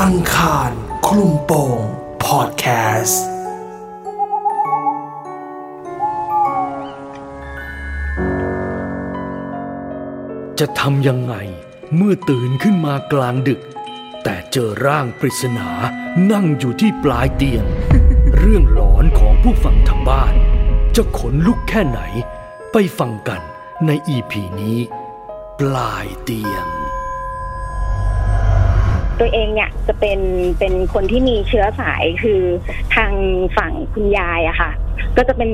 อังคารคลุมโปงพอดแคสต์ จะทำยังไงเมื่อตื่นขึ้นมากลางดึก แต่เจอร่างปริศนานั่งอยู่ที่ปลายเตียง เรื่องหลอนของผู้ฟังทางบ้าน จะขนลุกแค่ไหน ไปฟังกันในอีพีนี้ ปลายเตียง ตัวเองเนี่ยจะเป็นเป็นคนที่มีเชื้อสายคือทางฝั่งคุณยายอะค่ะ ก็จะเป็น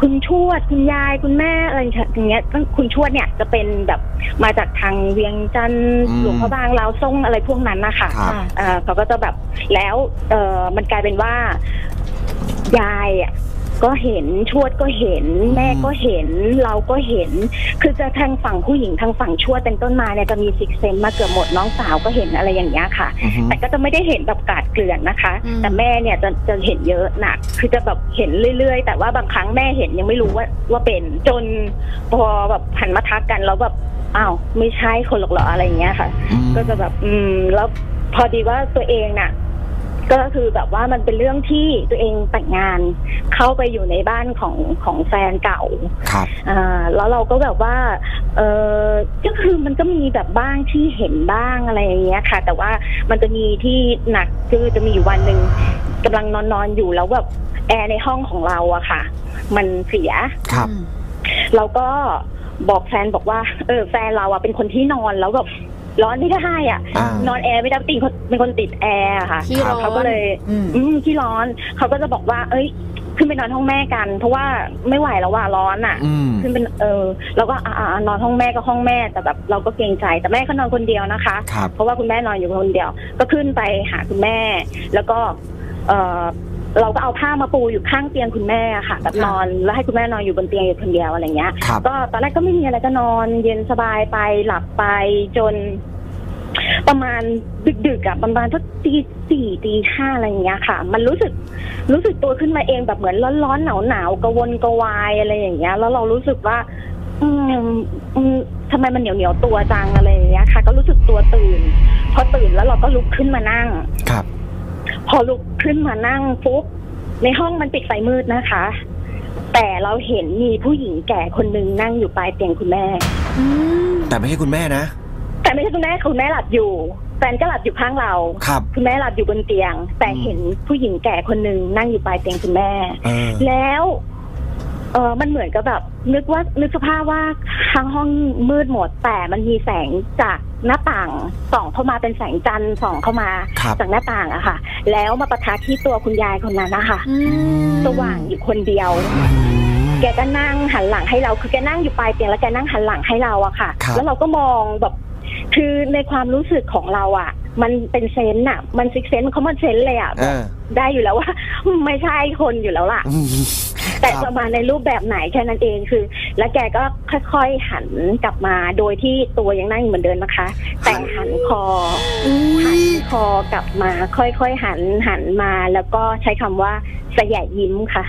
คุณชวดคุณยายคุณแม่อะไรอย่างเงี้ยซึ่งคุณชวดเนี่ยจะเป็นแบบมาจากทางเวียงจันทร์ อืม หลวงพระบางลาวซ่งอะไรพวกนั้นนะคะ ครับ เอ่อเขาก็จะแบบแล้วเออมันกลายเป็นว่า ยายอะก็เห็นชวดก็เห็น แม่ก็เห็นเราก็เห็น คือจะทางฝั่งผู้หญิงทางฝั่งชวดเป็นต้นมาเนี่ยจะมีซิกเซนมาเกือบหมดน้องสาวก็เห็นอะไรอย่างเงี้ยค่ะ อือฮึ แต่ก็จะไม่ได้เห็นแบบกาดเกลื่อนนะคะ อืม แต่แม่เนี่ยจะจะเห็นเยอะหนัก คือจะแบบเห็นเรื่อย ๆ แต่ว่าบางครั้งแม่เห็นยังไม่รู้ว่าว่าเป็นจนพอแบบหันมาทักกันแล้วแบบอ้าวไม่ใช่คนหรอกเหรออะไรอย่างเงี้ยค่ะ อืม ก็จะแบบอืมแล้วพอดีว่าตัวเองน่ะ ก็คือแบบว่ามันเป็นเรื่องที่ตัวเองแต่งงาน เข้าไปอยู่ในบ้านของของแฟนเก่า ครับ อ่าแล้วเราก็แบบว่า เออก็คือมันก็มีแบบบ้างที่เห็นบ้างอะไรอย่างเงี้ยค่ะ แต่ว่ามันจะมีที่หนักคือจะมีอยู่วันหนึ่งกำลังนอนนอนๆอยู่แล้วแบบแอร์ในห้องของเราอะค่ะ มันเสีย ครับ อืม เราก็บอกแฟนบอกว่า เออแฟนเราอะเป็นคนที่นอนแล้วแบบร้อนไม่ได้อะ อ่าน อนแอร์ไม่ได้ติดคนเป็นคนติดแอร์อะค่ะ ขี้ร้อน เขาก็เลย อืม อืมที่ร้อนเขาก็จะบอกว่า เอ้ย ขึ้นไปนอนห้องแม่กัน เพราะว่าไม่ไหวแล้วว่าร้อนอะ อืม ขึ้นเป็นเออแล้วก็อ่าอ่าอ่านอนห้องแม่ก็ห้องแม่แต่แบบเราก็เกรงใจแต่แม่ก็นอนคนเดียวนะคะ ครับ เพราะว่าคุณแม่นอนอยู่คนเดียว ก็ขึ้นไปหาคุณแม่ แล้วก็เออเราก็เอาผ้ามาปูอยู่ข้างเตียงคุณแม่อะค่ะแบบนอนแล้วให้คุณแม่นอนอยู่บนเตียงอยู่คนเดียวอะไรเงี้ย ครับ ก็ตอนแรกก็ไม่มีอะไรก็นอนเย็นสบายไปหลับไปจน ประมาณดึกๆอะประมาณสักตีสี่ตีห้าอะไรอย่างเงี้ยค่ะ มันรู้สึกรู้สึกตัวขึ้นมาเองแบบเหมือนร้อนๆหนาวๆกระวนกระวายอะไรอย่างเงี้ย แล้วเรารู้สึกว่า อืมอืมทำไมมันเหนียวเหนียวๆตัวจังอะไรอย่างเงี้ยค่ะ ก็รู้สึกตัวตื่น พอตื่นแล้วเราก็ลุกขึ้นมานั่ง ครับ พอลุกขึ้นมานั่งปุ๊บในห้องมันปิดไฟมืดนะคะ แต่เราเห็นมีผู้หญิงแก่คนนึงนั่งอยู่ปลายเตียงคุณแม่ อืม แต่ไม่ใช่คุณแม่นะ แต่ไม่ใช่คุณแม่คุณแม่หลับอยู่แฟนก็หลับอยู่ข้างเรา ครับ คุณแม่หลับอยู่บนเตียง แต่ อืม เห็นผู้หญิงแก่คนหนึ่งนั่งอยู่ปลายเตียงคุณแม่ เออ แล้วเออมันเหมือนกับแบบ นึกว่านึกสภาพว่าทั้งห้องมืดหมดแต่มันมีแสงจากหน้าต่างส่องเข้ามาเป็นแสงจันทร์ส่องเข้ามา ครับ จากหน้าต่างอะค่ะ แล้วมาประทะที่ตัวคุณยายคนนั้นนะคะ อืม สว่างอยู่คนเดียว แกก็นั่งหันหลังให้เรา คือแกนั่งอยู่ปลายเตียงแล้วแกนั่งหันหลังให้เราอะค่ะ ครับ แล้วเราก็มองแบบ คือในความรู้สึกของเราอะมันเป็นเซนส์อะมันซิกเซนส์เขามันเซนส์เลยอะ เออ ได้อยู่แล้วว่า ไม่ใช่คนอยู่แล้วล่ะ อืม แต่ ครับ ประมาณในรูปแบบไหนแค่นั้นเองคือ แล้วแกก็ค่อยๆหันกลับมา โดยที่ตัวยังนั่งอยู่เหมือนเดิมนะคะ แต่หันคอ หันคอกลับมา ค่อยๆหันหันมา แล้วก็ใช้คำว่าสยะยิ้มค่ะ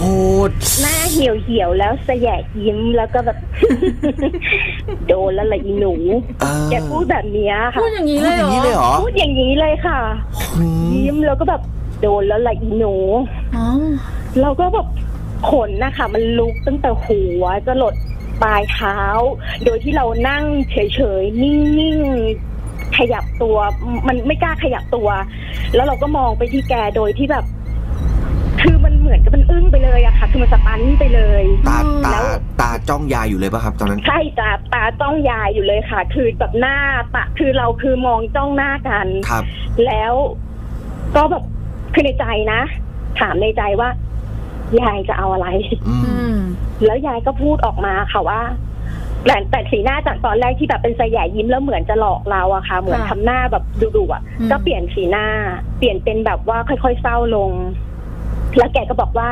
โหด หน้าเหี่ยวเหี่ยวๆแล้วสยะยิ้มแล้วก็แบบ โดนแล้วละอีหนู เออ แกพูดแบบเนี้ยค่ะ พูดอย่างนี้ พู เล ด ย อย่างเหรอ นี้เลยเหรอ พูดอย่างนี้เลยค่ะ อืม ยิ้มแล้วก็แบบโดนแล้วละอีหนู อ๋อ เราก็แบบขนนะคะมันลุกตั้งแต่หัวจะหลดปลายเท้า โดยที่เรานั่งเฉยๆ นิ่งๆ ขยับตัว มันไม่กล้าขยับตัว แล้วเราก็มองไปที่แกโดยที่แบบ คือมันเหมือนกับมันอึ้งไปเลยอะค่ะ คือมันสตันไปเลย ตาตา แล้ว ตาจ้องยายอยู่เลยป่ะครับ ตอนนั้น ใช่ตาตาจ้องยายอยู่เลยค่ะ คือแบบหน้าตาคือเราคือมองจ้องหน้ากัน ครับ แล้วก็แบบคือในใจนะ ถามในใจว่า ยายจะเอาอะไร อื อื ม ม แล้วยายก็พูดออกมาค่ะว่าแต่แต่สีหน้าจากตอนแรกที่แบบเป็นสยายยิ้มแล้วเหมือนจะหลอกเราอะค่ะ เหมือนทำหน้าแบบดุๆอะก็เปลี่ยนสีหน้า เปลี่ยนเป็นแบบว่าค่อยๆเศร้าลง แล้วแกก็บอกว่า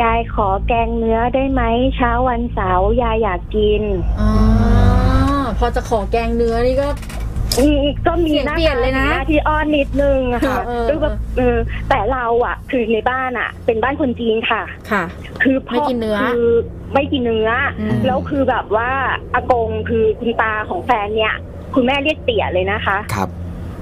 ยายขอแกงเนื้อได้ไหมเช้าวันเสาร์ยายอยากกิน อ๋อพอจะขอแกงเนื้อนี่ก็ อืมก็มี เสียง หา เปลี่ยนเลยนะ หาที่อ้อนนิดนึงอะค่ะ เออเออ คือแบบเออแต่เราอ่ะ คือในบ้านอ่ะ เป็นบ้านคนจีนค่ะ ค่ะ คือพ่ ไม่กินเนื้อ คือไม่กินเนื้ออ ม แล้วคือแบบว่าอากงคือคุณตาของแฟนเนี่ย คุณแม่เรียกเตี่ยเลยนะคะ ครับ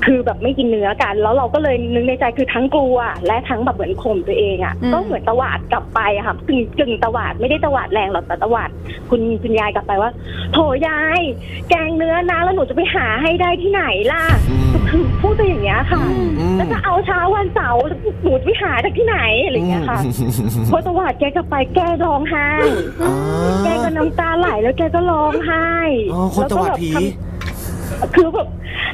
คือแบบไม่กินเนื้อกัน แล้วเราก็เลยนึกในใจคือทั้งกลัว และทั้งแบบเหมือนข่มตัวเองอะ่ะ อืม ก็เหมือนตวาดกลับไปอะค่ะกึ่งกึ่งตวาดไม่ได้ตวาดแรงหรอกแต่ตวาดคุณคุณยายกลับไปว่าโถยาย แกงเนื้อนะแล้วหนูจะไปหาให้ได้ที่ไหนล่ะ อืม คือพูดไปอย่างเงี้ยค่ะ อืม แล้วจะเอาเช้าวันเสาร์หนูจะไปหาจากที่ไหนอะไรอย่างเงี้ยค่ะ พอตวาดแกกลับไปแกร้องไห้ อ่า แกก็น้ำตาไหลแล้วแกก็ร้องไห้ อ๋อคนตวาดผี แล้ก็แบบทำคือแบบ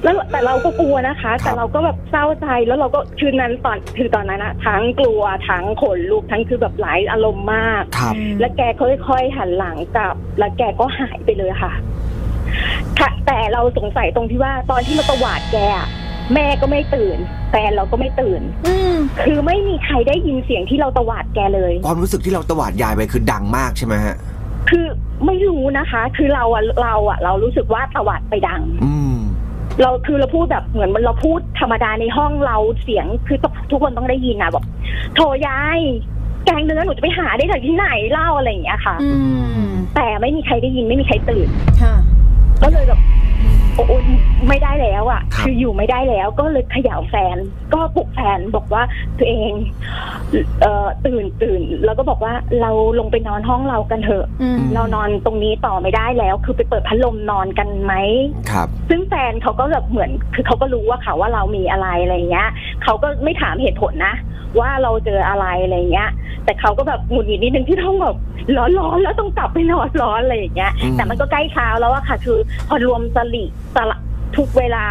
แล้วแต่เราก็กลัวนะคะ ครั แต่ บ เราก็แบบเศร้าใจแล้วเราก็คืนนั้นตอนคือตอนนั้นอะทั้งกลัวทั้งขนลุกทั้งคือแบบหลายอารมณ์มาก ครับ และแกค่อยๆหันหลังกลับ แล้วแกก็หายไปเลยค่ะค่ะ แต่เราสงสัยตรงที่ว่าตอนที่มาตวาดแกอะแม่ก็ไม่ตื่นแฟนเราก็ไม่ตื่น อืม คือไม่มีใครได้ยินเสียงที่เราตวาดแกเลย ความรู้สึกที่เราตวาดยายไปคือดังมากใช่ไหมฮะ คือไม่รู้นะคะ คือเราอะเราอะเรารู้สึกว่าตวาดไปดัง อืม เราคือเราพูดแบบเหมือนมันเราพูดธรรมดาในห้องเราเสียงคือทุกคนต้องได้ยินนะแบบโทรยายแกงเนื้อหนูจะไปหาได้จากที่ไหนเล่าอะไรอย่างเงี้ยค่ะ อืม แต่ไม่มีใครได้ยินไม่มีใครตื่น ค่ะ ก็เลยแบบโอ้ยไม่ได้แล้วอะ่ะ ครับ คืออยู่ไม่ได้แล้ว ก็เลยเขย่าแฟน ก็ปลุกแฟนบอกว่าตัวเองเอ่อตื่นตื่นแล้วก็บอกว่าเราลงไปนอนห้องเรากันเถอะ อืม เรานอนตรงนี้ต่อไม่ได้แล้ว คือไปเปิดพัดลมนอนกันไหม ครับ ซึ่งแฟนเขาก็แบบเหมือน คือเขาก็รู้ว่าค่ะว่าเรามีอะไรอะไรเงี้ย เขาก็ไม่ถามเหตุผลนะ ว่าเราเจออะไรอะไรเงี้ย แต่เขาก็แบบหงุดหงิดนิดนึงที่ต้องแบบร้อนร้อนแล้วต้องกลับไปนอนร้อนอะไรอย่างเงี้ย อืม แต่มันก็ใกล้เช้าแล้วอะค่ะ คือพอรวมสลิสละทุกเวลา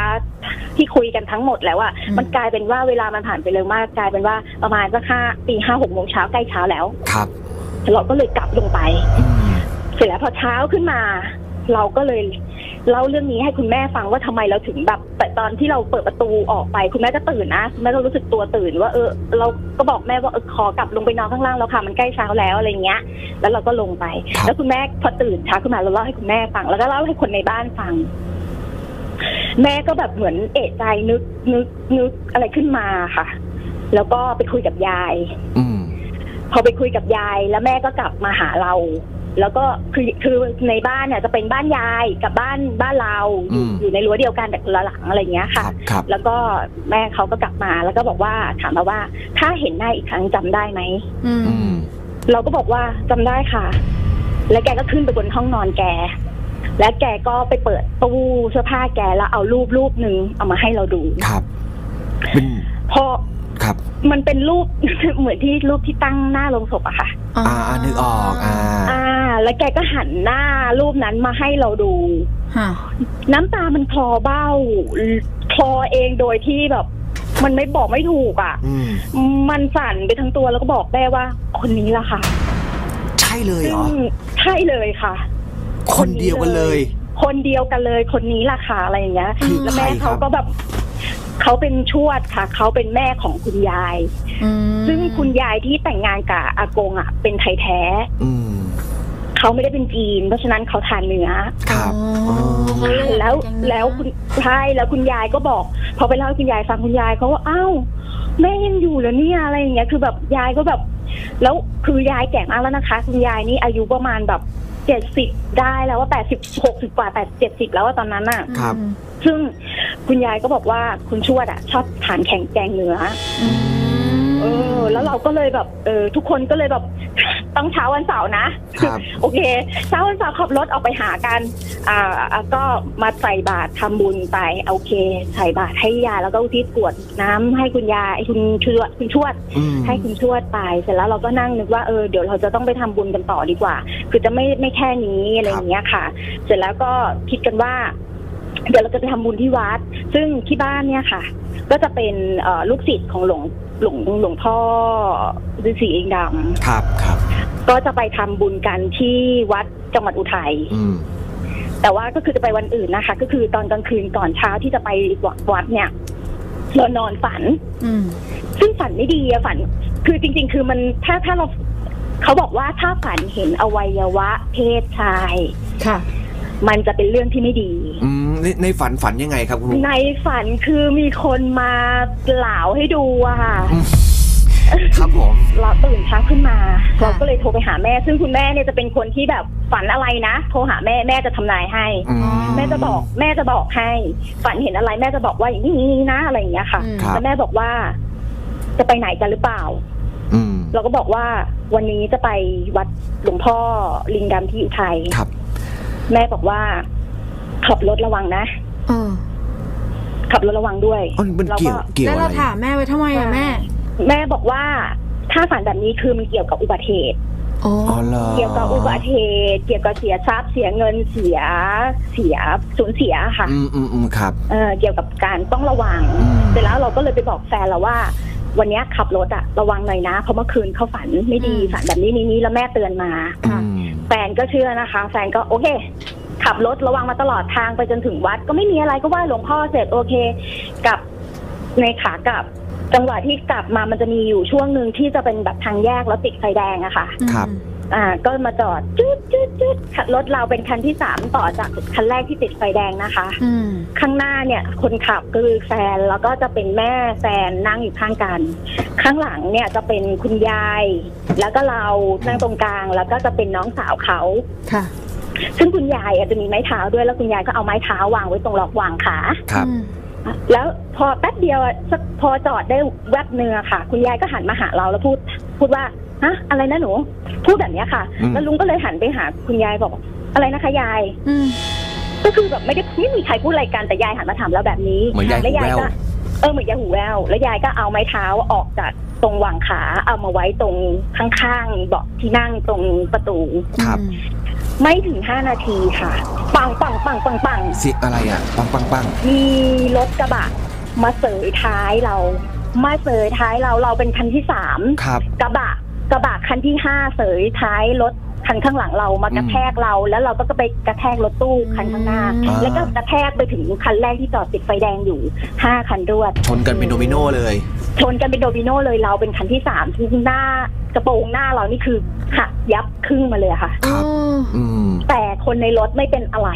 ที่คุยกันทั้งหมดแล้วอะมันกลายเป็นว่าเวลามันผ่านไปเร็วมากกลายเป็นว่าประมาณสักห้าตีห้าหกโมงเช้าใกล้เช้าแล้ว ครับ เราก็เลยกลับลงไป อืม เสร็จแล้วพอเช้าขึ้นมา เราก็เลยเล่าเรื่องนี้ให้คุณแม่ฟังว่าทำไมเราถึงแบบแต่ตอนที่เราเปิดประตูออกไป คุณแม่ก็ตื่นนะคุณแม่ก็รู้สึกตัวตื่น ว่าเออเราก็บอกแม่ว่าเออขอกลับลงไปนอนข้างล่างแล้วค่ะมันใกล้เช้าแล้วอะไรเงี้ย แล้วเราก็ลงไป ครับ แล้วคุณแม่พอตื่นเช้าขึ้นมาเราเล่าให้คุณแม่ฟัง แล้วก็เล่าให้คนในบ้านฟัง แม่ก็แบบเหมือนเอะใจนึกนึกนึกอะไรขึ้นมาค่ะ แล้วก็ไปคุยกับยาย อืม พอไปคุยกับยายแล้วแม่ก็กลับมาหาเรา แล้วก็คือคือในบ้านเนี่ยจะเป็นบ้านยายกับบ้านบ้านเราอยู่ อืม อยู่ในรั้วเดียวกันแต่คนละหลังอะไรอย่างเงี้ย ค ค่ะ รับครับ แล้วก็แม่เขาก็กลับมาแล้วก็บอกว่าถามมาว่า ถ้าเห็นหน้าอีกครั้งจำได้ไหม อืม อืม เราก็บอกว่าจำได้ค่ะ แล้วแกก็ขึ้นไปบนห้องนอนแก และแกก็ไปเปิดตู้เสื้อผ้าแกแล้วเอารูปรูปหนึ่งเอามาให้เราดู ครับ เป็น พอ ครับ มันเป็นรูป เหมือนที่รูปที่ตั้งหน้าโลงศพอะค่ะ อ่า อ่าอ่านึกออก อ่า อ่า แล้วแกก็หันหน้ารูปนั้นมาให้เราดู ค่ะ น้ำตามันคลอเบ้าคลอเองโดยที่แบบ มันไม่บอกไม่ถูกอะ่ะ อืม มันสั่นไปทั้งตัวแล้วก็บอกแม่ว่า คนนี้ละค่ะ ใช่เลย ซึ่ เหรง อ ใช่เลยค่ะ คนเดียวกันเลย คนเดียวกันเลย คนนี้ละค่ะอะไรอย่างเงี้ย คือ แล้ว ใคร แม่ ครั เขา บ ก็แบบเขาเป็นชวดค่ะ เขาเป็นแม่ของคุณยาย อืม ซึ่งคุณยายที่แต่งงานกับอากงอ่ะ เป็นไทยแท้ อืม เขาไม่ได้เป็นจีน เพราะฉะนั้นเขาทานเนื้อ ครับ อ๋อเขาเย แล้ว กงเนื้อ แล้วคุณใช่แล้วคุณยายก็บอก พอไปเล่าให้คุณยายฟังคุณยายเขาว่าอ้าวแม่ยังอยู่เหรอเนี่ยอะไรอย่างเงี้ย คือแบบยายก็แบบ แล้วคือยายแก่มากแล้วนะคะ คุณยายนี่อายุประมาณแบบเจ็ดสิบได้แล้วว่าแปดสิบหกสิบกว่าแปดเจ็ดสิบแล้วว่าตอนนั้นอะ ครับ ซึ่งคุณยายก็บอกว่าคุณชวดอะชอบทานแข็งแกงเนื้อ อืม เออ แล้วเราก็เลยแบบเออทุกคนก็เลยแบบ ต้องเช้าวันเสาร์นะ ครับ โอเคเช้าวันเสาร์ขับรถออกไปหากัน อ่าอ่าก็มาใส่บาตรทำบุญไป โอเค ใส่บาตรให้ยายแล้วก็อุทิศกรวดน้ำให้คุณยายคุณชวดคุณชวด อืม ให้คุณชวดไป เสร็จแล้วเราก็นั่งนึกว่าเออเดี๋ยวเราจะต้องไปทำบุญกันต่อดีกว่า คือจะไม่ไม่แค่นี้อะไรอย่างเงี้ยค่ะ เสร็จแล้วก็คิดกันว่า เดี๋ยวเราจะไปทำบุญที่วัด ซึ่งที่บ้านเนี่ยค่ะ ก็จะเป็นเอ่อลูกศิษย์ของหลวงหลวงหลวงพ่อฤาษีเองดคำรับ ครับ ก็จะไปทำบุญกันที่วัดจังหวัดอุทัย อืม แต่ว่าก็คือจะไปวันอื่นนะคะ ก็คือตอนกลางคืนก่อนเช้าที่จะไปวัดเนี่ยเรานอนฝัน อืม ซึ่งฝันไม่ดีอะฝัน คือจริง ๆ คือมันถ้าถ้าเราเขาบอกว่าถ้าฝันเห็นอวัยวะ เพศชาย ค่ะ มันจะเป็นเรื่องที่ไม่ดี อืม ในในฝันฝันยังไงครับคุณลุง ในฝันคือมีคนมาเหลาให้ดูอะค่ะ อืม ครับผม เราตื่นเช้าขึ้นมา ค่ะ เราก็เลยโทรไปหาแม่ ซึ่งคุณแม่เนี่ยจะเป็นคนที่แบบฝันอะไรนะ โทรหาแม่แม่จะทำนายให้ อืม แม่จะบอกแม่จะบอกให้ ฝันเห็นอะไรแม่จะบอกว่าอย่างนี้อย่างนี้นะอะไรอย่างเงี้ยค่ะ อืม ครับ แล้วแม่บอกว่า จะไปไหนกันหรือเปล่า อืม เราก็บอกว่าวันนี้จะไปวัดหลวงพ่อลิงดำที่อุทัย ครับ แม่บอกว่า ขับรถระวังนะ เออ ขับรถระวังด้วย อ๋อมัน เรา เกี่ยว ก็ เกี่ยว แล้ว อะ เรา ไร ถามแม่ไว้ทำไม ใช่ อะแม่ แม่บอกว่า ถ้าฝันแบบนี้คือมันเกี่ยวกับอุบัติเหตุ โอ้ อ๋อเหรอ เกี่ยวกับอุบัติเหตุ เกี่ยวกับเสียทรัพย์ เสียเงินเสียเสียสูญเสียค่ะ อืมอืมอืมครับ เอ่อเกี่ยวกับการต้องระวัง อืม เสร็จแล้วเราก็เลยไปบอกแฟนเราว่า วันเนี้ยขับรถอะระวังหน่อยนะเพราะเมื่อคืนเขาฝันไม่ดีฝันแบบนี้นี้นี้แล้วแม่เตือนมา อืม แฟนก็เชื่อนะคะ แฟนก็โอเค ขับรถระวังมาตลอดทางไปจนถึงวัด ก็ไม่มีอะไรก็ไหว้หลวงพ่อเสร็จโอเคกลับในขากลับ จังหวะที่กลับมามันจะมีอยู่ช่วงหนึ่งที่จะเป็นแบบทางแยกแล้วติดไฟแดงอะค่ะ ครับ อ่าก็มาจอดจุดจุดจุดขับรถเราเป็นคันที่สามต่อจากคันแรกที่ติดไฟแดงนะคะ อืม ข้างหน้าเนี่ย คนขับคือแฟนแล้วก็จะเป็นแม่แฟนนั่งอยู่ข้างกัน ข้างหลังเนี่ยจะเป็นคุณยาย แล้วก็เรานั่งตรงกลางแล้วก็จะเป็นน้องสาวเขา ค่ะ ซึ่งคุณยายอาจจะมีไม้เท้าด้วยแล้วคุณยายก็เอาไม้เท้าวางไว้ตรงล็อกวางขา ครับ อืม แล้วพอแป๊บเดียวอะสักพอจอดได้แวบเนื้อะค่ะ คุณยายก็หันมาหาเราแล้วพูด พูดว่าฮะอะไรนะหนู พูดแบบเนี้ยค่ะ อืม แล้วลุงก็เลยหันไปหาคุณยายบอก อะไรนะคะยาย อืม ก็คือแบบไม่ได้ไม่มีใครพูดอะไรกันแต่ยายหันมาถามเราแบบนี้ เหมือนยาย แล้ หูแว่ว ก็เออเหมือนยายหูแววแล้วยายก็เอาไม้เท้าออกจากตรงวางขาเอามาไว้ตรงข้างๆเบาะที่นั่งตรงประตู ครับ อืม ไม่ถึงห้านาทีค่ะปังปังปังปังปัง เสียงอะไรอ่ะ ปังปังปัง มีรถกระบะมาเสยท้ายเรา มาเสยท้ายเราเราเป็นคันที่สาม ครับ กระบะกระบะคันที่ห้าเสยท้ายรถคันข้างหลังเรามากระแทกเรา แล้วเราก็ไปกระแทกรถตู้คันข้างหน้า อ่า แล้วก็กระแทกไปถึงคันแรกที่จอดติดไฟแดงอยู่ห้าคันรวด ชนกันเป็นโดมิโนเลย ชนกันเป็นโดมิโนเลยเราเป็นคันที่สามที่หน้ากระโปรงหน้าเรานี่คือหักยับครึ่งมาเลยอะค่ะ ครับ อ๋อ อืม แต่คนในรถไม่เป็นอะไร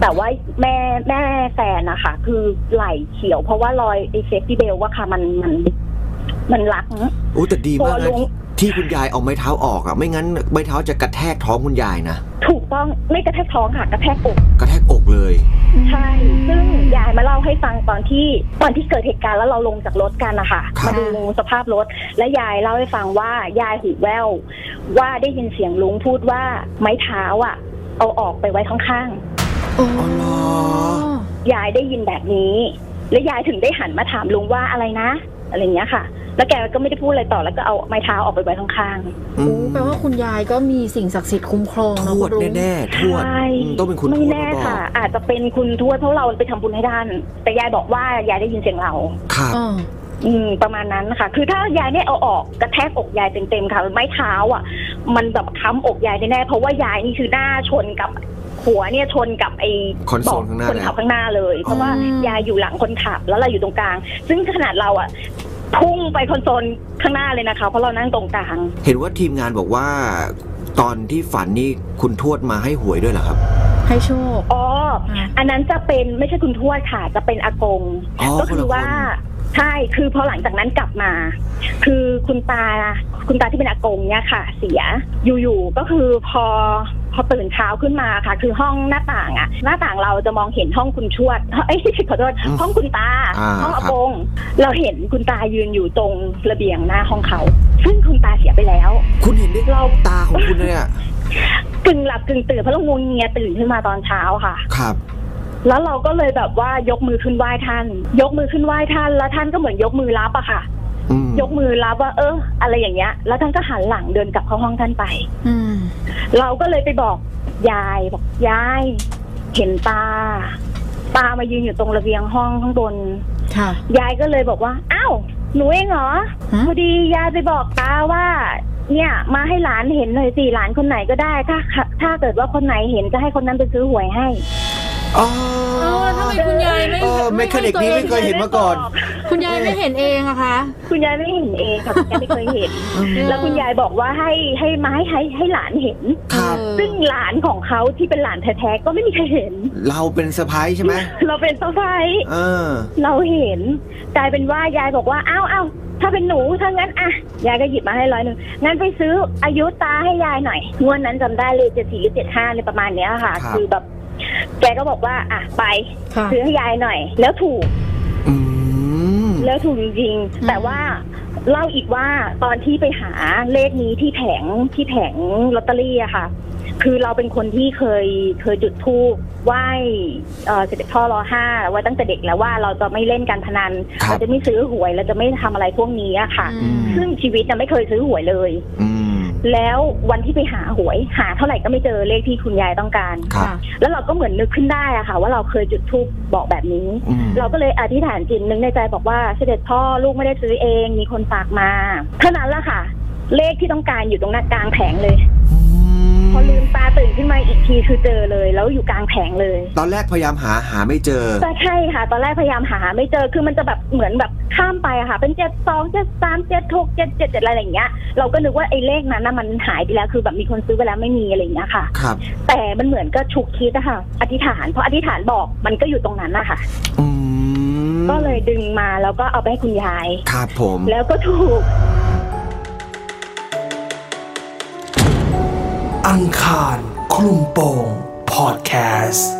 แต่ว่าแม่แม่แฟนนะคะคือไหล่เขียว เพราะว่ารอยไอเซฟตี้เบลว่าค่ะมันมันมันรัก โอ้แต่ดีมาก โอ้ นะ ลุง ที่คุณยายเอาไม้เท้าออกอ่ะ ไม่งั้นไม้เท้าจะกระแทกท้องคุณยายนะ ถูกต้องไม่กระแทกท้องค่ะกระแทกอก กระแทกอกเลย ใช่ ซึ่งยายมาเล่าให้ฟังตอนที่ตอนที่เกิดเหตุการณ์แล้วเราลงจากรถกันนะคะ ครับ มาดูสภาพรถ และยายเล่าให้ฟังว่ายายหูแว่วว่าได้ยินเสียงลุงพูดว่าไม้เท้าอ่ะ เอาออกไปไว้ข้างๆ โอ้ อ๋อเหรอ ยายได้ยินแบบนี้ แล้วยายถึงได้หันมาถามลุงว่าอะไรนะ อะไรอย่างเงี้ยค่ะ แล้วแกก็ไม่ได้พูดอะไรต่อแล้วก็เอาไม้เท้าออกไปไว้ข้าง อื โอ้ ม แปลว่าคุณยายก็มีสิ่งศักดิ์สิทธิ์คุ้มครอง ท นะ ว คุ ด ณลุง แน่ๆทวด ใช่ อืมต้องเป็นคุณ ไม่ ทวด แน่ มาบอก ค่ะ อาจจะเป็นคุณทวดเพราะเราไปทำบุญให้ท่าน แต่ยายบอกว่ายายได้ยินเสียงเรา ครับ อ่า อืม ประมาณนั้นค่ะ คือถ้ายายเนี่ยเอาออกกระแทกอกยายเต็มๆค่ะ ไม้เท้าอ่ะ มันแบบค้ำอกยายแน่ๆเพราะว่ายายนี่คือหน้าชนกับหัวเนี่ยชนกับไอ้ คอนโซล เบะ ข้างหน้า คนขับข้างหน้าเลย เพราะว่ายายอยู่หลังคนขับแล้วเราอยู่ตรงกลาง ซึ่งขนาดเราอ่ะพุ่งไปคอนโซลข้างหน้าเลยนะคะ เพราะเรานั่งตรงกลาง เห็นว่าทีมงานบอกว่า ตอนที่ฝันนี่คุณทวดมาให้หวยด้วยเหรอครับ ให้โชค อ๋อ อันนั้นจะเป็นไม่ใช่คุณทวดค่ะ จะเป็นอากง อ๋อ ก็คื คนละคน ว่าใช่คือพอหลังจากนั้นกลับมา คือคุณตาคุณตาที่เป็นอากงเนี่ยค่ะ เสียอยู่ๆก็คือพอพอตื่นเช้าขึ้นมาค่ะ คือห้องหน้าต่างอะหน้าต่างเราจะมองเห็นห้องคุณชวด เอ้ยขอโทษ อืม ห้องคุณตา อ่า ห้อง ครับ อากง เราเห็นคุณตายืนอยู่ตรงระเบียงหน้าห้องเขา ซึ่งคุณตาเสียไปแล้ว คุณเห็นได้ เรา ตาของคุณเลยอ่ะ กึ่งหลับกึ่งตื่นเพราะเรางวงเงียตื่นขึ้นมาตอนเช้าค่ะ ครับ แล้วเราก็เลยแบบว่ายกมือขึ้นไหว้ท่าน ยกมือขึ้นไหว้ท่าน แล้วท่านก็เหมือนยกมือรับอะค่ะ อืม ยกมือรับว่าเออ อะไรอย่างเงี้ย แล้วท่านก็หันหลังเดินกลับเข้าห้องท่านไป อืม เราก็เลยไปบอกยายบอกยาย เห็นตาตามายืนอยู่ตรงระเบียงห้องข้างบน ค่ะ ยายก็เลยบอกว่าอ้าวหนูเองเหรอ ฮะ พอดียายไปบอกตาว่า เนี่ย มาให้หลานเห็นหน่อยสิหลานคนไหนก็ได้ ถ้า ถ้าเกิดว่าคนไหนเห็นจะให้คนนั้นไปซื้อหวยให้ อ๋อ เออทำไมคุณยายไม่ เออเมคานิกนี้ไม่เคยเห็น มาก่อน คุณยายไม่เห็นเองอะคะ คุณยายไม่เห็นเองค่ะคุณยายไม่เคยเห็ น แล้วคุณยายบอกว่าให้ให้ไม้ให้ให้หลานเห็น ครับ เออ ซึ่งหลานของเขาที่เป็นหลานแท้ๆก็ไม่มีใครเห็น เราเป็นเซอร์ไพรส์ใช่ไหม เราเป็นเซอร์ไพรส์ เออ เราเห็นกลายเป็นว่ายายบอกว่าอ้าวอ้าว ถ้าเป็นหนูถ้างั้นอะยายก็หยิบมาให้ร้อยหนึ่งงั้นไปซื้ออายุตาให้ยายหน่อยงวดนั้นจำได้เลยเจ็ดสี่หรือเจ็ดห้าเลยประมาณเนี้ยค่ะ ครับ คือแบบ แกก็บอกว่าอะไป ค่ะ ซื้อให้ยายหน่อย แล้วถูก อืม แล้วถูกจริง อืม ๆ แต่ว่าเล่าอีกว่าตอนที่ไปหาเลขนี้ที่แผงที่แผงลอตเตอรี่อะค่ะ คือเราเป็นคนที่เคยเคยจุดธูปไหว้เอ่อเสด็จพ่อรอห้าไว้ตั้งแต่เด็กแล้วว่าเราจะไม่เล่นการพนัน ครับ เราจะไม่ซื้อหวยเราจะไม่ทำอะไรพวกนี้อะค่ะ อืม ซึ่งชีวิตน่ะไม่เคยซื้อหวยเลย อืม แล้ววันที่ไปหาหวย หาเท่าไหร่ก็ไม่เจอเลขที่คุณยายต้องการ ครับ ค่ะ แล้วเราก็เหมือนนึกขึ้นได้อะค่ะ ว่าเราเคยจุดธูปบอกแบบนี้ อืม เราก็เลยอธิษฐานจิตนึกในใจบอกว่าเสด็จพ่อลูกไม่ได้ซื้อเอง มีคนฝากมาเท่านั้นแหละค่ะ เลขที่ต้องการอยู่ตรงหน้ากลางแผงเลย พอลืมตาตื่นขึ้นมาอีกทีคือเจอเลย แล้วอยู่กลางแผงเลย ตอนแรกพยายามหาหาไม่เจอ แต่ใช่ค่ะ ตอนแรกพยายามหาไม่เจอคือมันจะแบบเหมือนแบบข้ามไปอะค่ะ เป็นเจ็ดสองเจ็ดสามเจ็ดหกเจ็ดเจ็ดเจ็ดอะไรอย่างเงี้ยเราก็นึกว่าไอ้เลขนั้นนะมันหายไปแล้วคือแบบมีคนซื้อไปแล้วไม่มีอะไรอย่างเงี้ยค่ะ ครับ แต่มันเหมือนก็ฉุกคิดนะคะอธิษฐานเพราะอธิษฐานบอกมันก็อยู่ตรงนั้นนะคะ อืม ก็เลยดึงมาแล้วก็เอาไปให้คุณยาย ครับผม แล้วก็ถูก อังคารคลุมโปงพอดแคสต์